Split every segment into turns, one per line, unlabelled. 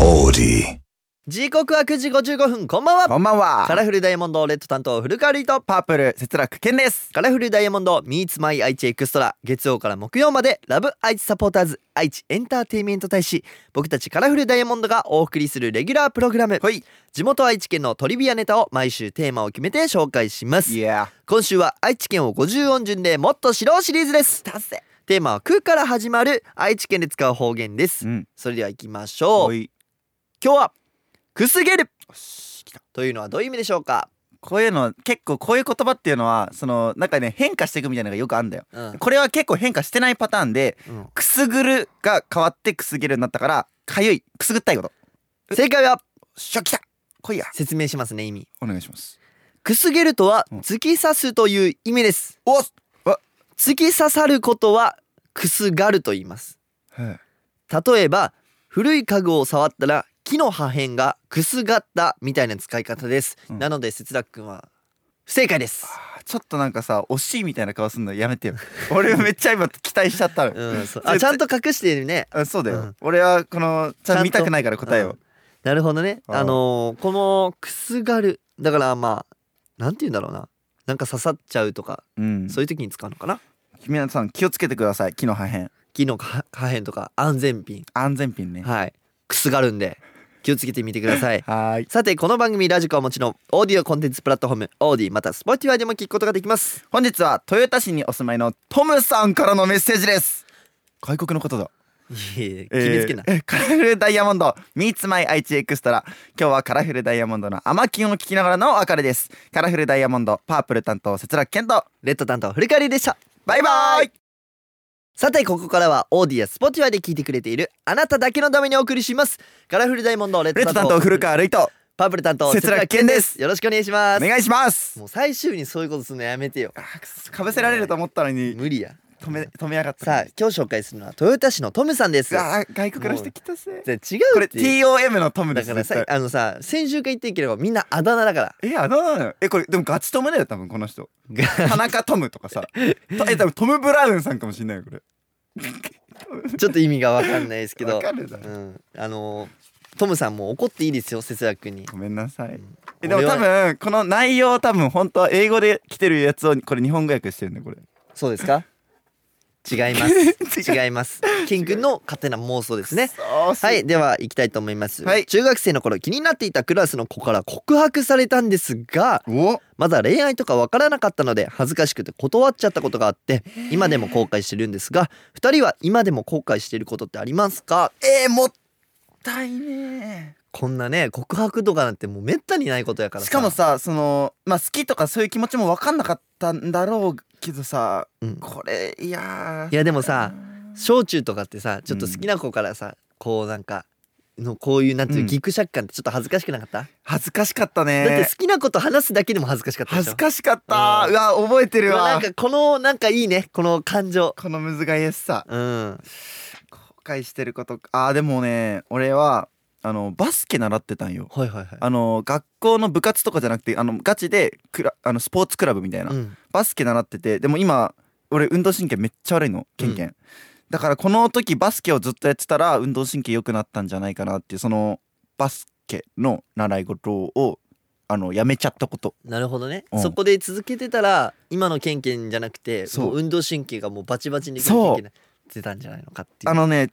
オーデ
時刻は9時55分こんばんは
こんばんは。
カラフルダイヤモンドレッド担当古川瑠衣と
パープル、節楽健です。
カラフルダイヤモンド Meets My 愛知エクストラ月曜から木曜までラブ愛知サポーターズ愛知エンターテインメント大使僕たちカラフルダイヤモンドがお送りするレギュラープログラム
はい。
地元愛知県のトリビアネタを毎週テーマを決めて紹介します
いや。
今週は愛知県を50音順でもっと知ろうシリーズですテーマは「く」から始まる愛知県で使う方言です
ん。
それでは行きましょ
お
う
い。
今日は「くすげる
よし来た。」
というのはどういう意味でしょうか、
こういうの、結構こういう言葉っていうのは、その、なんかね、変化していくみたいなのがよくあるんだよ。
うん
これは結構変化してないパターンで、
うん
くすぐるが変わってくすげるになったから、かゆい、くすぐったいこと。
正解は
しょ、来た。来いや。
説明しますね意味
お願いします。
くすげるとは
うん
突き刺すという意味です
おっ。
突き刺さることはくすがると言います
はい。
例えば古い家具を触ったら木の破片がくすがったみたいな使い方です、
うん
なので節楽くんは不正解です
あちょっとなんかさ、惜しいみたいな顔すんのやめてよ。俺めっちゃ今期待しちゃったの。
うん、そう
そ
あ
れ
ちゃんと隠してるね
あそうだよ、
うん
俺はこのちゃんと見たくないから答え
う
を
んなるほどね
うん
あのーこのくすがるだからまあなんて言うんだろうななんか刺さっちゃうとか、
うん
そういう時に使うのかな
皆さん気をつけてください木の破片
木の破破片とか安全ピン
安全ピンね
はいくすがるんで気をつけてみてください
はーい
さてこの番組ラジコはもちろんオーディオコンテンツプラットフォームオーディまた Spotify でも聞くことができます
本日は豊田市にお住まいのトムさんからのメッセージです外国のことだ
いやいや決めつけな、
えーえーカラフルダイヤモンド Meets My 愛知エクストラ今日はカラフルダイヤモンドの甘きを聞きながらのお別れですカラフルダイヤモンドパープル担当節楽健と
レッド担当古川りでした
バイバイ
さてここからはオーディやスポティファイで聞いてくれているあなただけのためにお送りしますカラフルダイヤモンドレッ
レッ
ド
ド
担
担
当
当古川瑠衣と
パープル担当
節楽健です
よろしくお願いしま
お
す
願いします
もう最終にそういうことするのやめてよ
かぶせられると思ったのに
無理や
止め止めやがった
さあ今日紹介するのは豊田市のトムさんです
うわー外国の人来たぜ
で違
こ
う
れ
って
TOM のトムで
だ
す
からさ
絶対
あのさ先週から言ってんければみんなあだ名だから
えあななのよえこれでもガチトムだよ多分この人田中トムとかさとえ多分トム・ブラウンさんかもしんないよこれ
ちょっと意味がわかんないですけど
わかるだ
う
ろ
ん、あのートムさんも怒っていいですよ節楽君に
ごめんなさい
ん
えでも
俺は
多分この内容多分本当は英語で来てるやつをこれ日本語訳してるねこれ
そうですか違います 違いますケン君の勝手な妄想です ねは
はい
では行きたいと思います、
はい
中学生の頃気になっていたクラスの子から告白されたんですが
お
まだ恋愛とかわからなかったので恥ずかしくて断っちゃったことがあって今でも後悔してるんですが二人は今でも後悔していることってありますか
えー、もったいね
こんなね告白とかなんてもうめったにないことやから
し
さ
かも、さそのまあ好きとかそういう気持ちも分かんなかったんだろうけどさ
うん、
これいやー
いやでもさ小中とかってさちょっと好きな子からさ、こうなんかのこういうなんていううんギクシャク感ってちょっと恥ずかしくなかった、
恥ずかしかったね
だって好きな子と話すだけでも恥ずかしかったで
恥
しょ
ずかしかった、
う
うんわ覚えてる
うわな
わ
んかこのなんかいいねこの感情
この難しさ
うん
後悔してることかあーでもね俺はあのバスケ習ってたんよ
はいはいはい
あの学校の部活とかじゃなくてあのガチでクラあのスポーツクラブみたいな、
うん
バスケ習っててでも今俺運動神経めっちゃ悪いのケンケン、だからこの時バスケをずっとやってたら運動神経良くなったんじゃないかなっていうそのバスケの習い事をあのやめちゃったこと
なるほどね、
うん
そこで続けてたら今のケンケンじゃなくて
そう
もう運動神経がもうバチバチにい
そう
けてたんじゃないのかっていう
あのね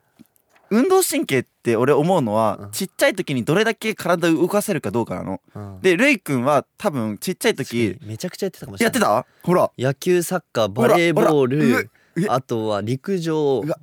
運動神経って俺思うのは、
うん
ちっちゃい時にどれだけ体を動かせるかどうかなの。
うん
でレイくんは多分ちっちゃい
確
時
かにめちゃくちゃやってたかもしれ
やっ
ない
てたほら
野球サッカーバレーボー
ほらほ
ル
ええ
あとは陸上
うわ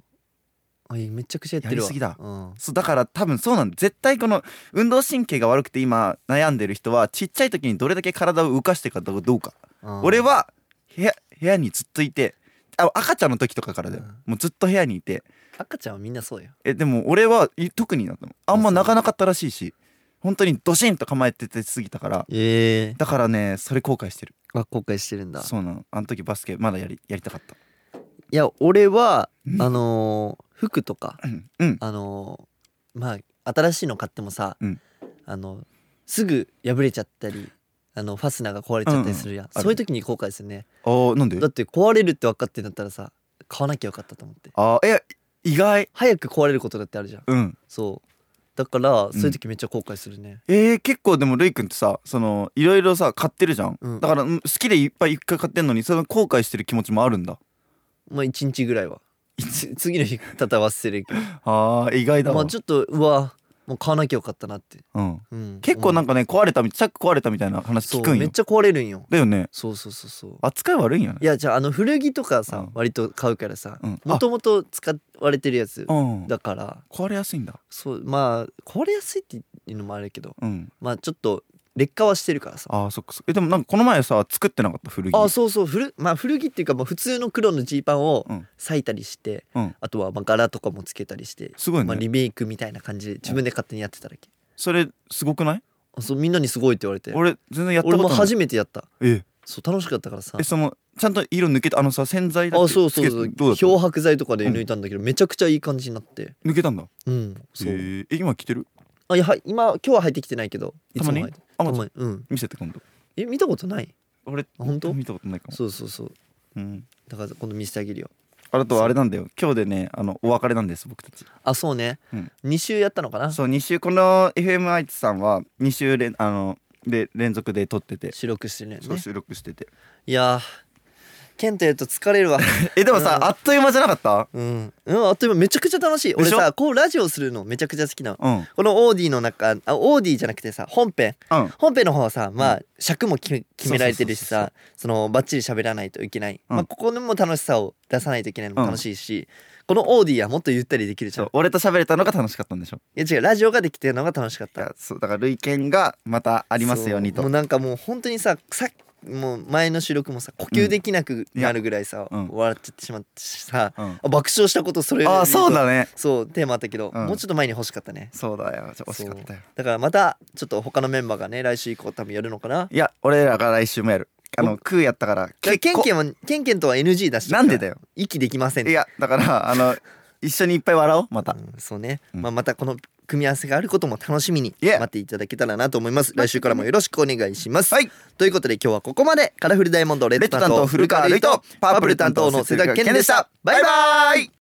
あいやめちゃくちゃやってる
やり
わ
すぎだ
うん、
そうだから多分そうなの絶対この運動神経が悪くて今悩んでる人はちっちゃい時にどれだけ体を動かしてるかどうか。
うん
俺は部屋部屋にずっといてあ赤ちゃんの時とかからだよ
うん
もうずっと部屋にいて
赤ちゃんはみんなそうよ
えでも俺はい特になったのあんま泣かなかったらしいし本当にドシンと構えててすぎたから
ええ
だからねそれ後悔してる
あ後悔してるんだ
そうなのあの時バスケまだやりやりたかった
いや俺は
うん
あのー服とか
うんうん
あのーまあ新しいの買ってもさ、
うん
あのすぐ破れちゃったりあのファスナーが壊れちゃったりするやん、
うんうんある
そういう時に後悔するね
あーなんで
だって壊れるって分かってんだったらさ買わなきゃよかったと思って
あーえ意外
早く壊れることだってあるじゃん
うん
そうだからそういう時めっちゃ後悔するね、
えー、結構でもるいくんってさそのいろいろさ買ってるじゃん、
うん
だからうん好きでいっぱいいっぱい買ってんのにそれ後悔してる気持ちもあるんだ
まあ1日ぐらいはつ次の日たたわせるけ
あー意外 だ
どま
わ、
あちょっとうわもう買わなきゃよかったなって、
うん、
うん、
結構なんん
か
かね壊れたみチャック壊れたみたいな話
そ
聞く
うんめっ
よ
ちゃ壊れるんよ
だよね
そうそうそうそう
扱い悪いんやね
いやじゃああの古着とかさ、
うん
割と買うからさ
うんあ
もともと使われてるやつ
うん
だから
壊れやすいんだ
そうまあ壊れやすいっていうのもあるけど
うん
まあちょっと劣化はしてるからさ
あーそっかそっかえでもなんかこの前さ作ってなかった古着
あそうそう古,、まあ、古着っていうかまあ普通の黒のジーパンを
うん
裂いたりして、
うん
あとはまあ柄とかもつけたりして、
すごいね、
まあ、リメイクみたいな感じで自分で勝手にやってただけ、
それすごくない
あそうみんなにすごいって言われて
俺全然やったこ
俺
とない
も初めてやった
え
そう楽しかったからさ
えそのちゃんと色抜けたあのさ洗剤
あ
だっけ
そうそうそ
つけ
う
どうだった
漂白剤とかで抜いたんだけど、めちゃくちゃいい感じになって
抜けたんだ
うん
え
そう、
ーえ今着てる
あいやはい今今日は入ってきてないけどい
た
つ
ま
も
に
入って
あ
た
ま
ま
あ
にうん
見せて今度
え見たことない
俺
あ本当
見たことないかも
そうそうそう
うん
だから今度見せてあげるよ
あとあれなんだよ今日でねあのお別れなんです僕たち
あそうね、
うん
二週やったのかな
そう2週この FM アイツさんは2週連あので連続で撮ってて、
収録してるよね
そう収録してて
いやーケンとやると疲れるわ
えでもさ、
うん
あっという間じゃなかっ
うん、うん、あっという間めちゃくちゃ楽しい俺
でし
さこうラジオするのめちゃくちゃ好きなの
たうん
このオーディの中あオーディじゃなくてさ本編
うん
本編の方はさま
う
あ尺も決め決められてるしさそのバッチリ喋らないといけない、
うん
まあここにも楽しさを出さないといけないのも楽しいし、このオーディはもっとゆったりできるじ
そ
ゃん
う俺と喋れたのが楽しかったんでしょ
いや違うラジオができてるのが楽しかっ
い
た
やそうだから類見がまたあ
あ
りますようにと
もうなんかもう本当にささもう前の収録もさ呼吸できなくなるぐらいさ、
うんいやうん
笑っちゃってしまってさ、
うん
あ爆笑したことそれ
ああそうだね
そうテーマあったけど、
うん
もうちょっと前に欲しかったね
そうだよちょ惜しかったよ
だからまたちょっと他のメンバーがね来週以降多分やるのかない
や俺らが来週もやるあの空やったから
だからケンケンはケンケンとは NG 出して
なんでだよ
息できません
いやだからあの一緒にいっぱい笑おうまた
うんそうね、
うん
まあ、またこの組み合わせがあることも楽しみに
いえ
待っていただけたらなと思います来週からもよろしくお願いします、
はい
ということで今日はここまでカラフルダイヤモンドレッ
レッ
ド
ド
担
担当
当
古
古
川
川
瑠
瑠
衣
衣
と
と
パー
パー
プ
プ
ル
ル
担
担
当
当
の
の
瀬
瀬
田
田
健
健
で
で
し
したた
バ
バ
イ
イ
バ
バ
イ
イ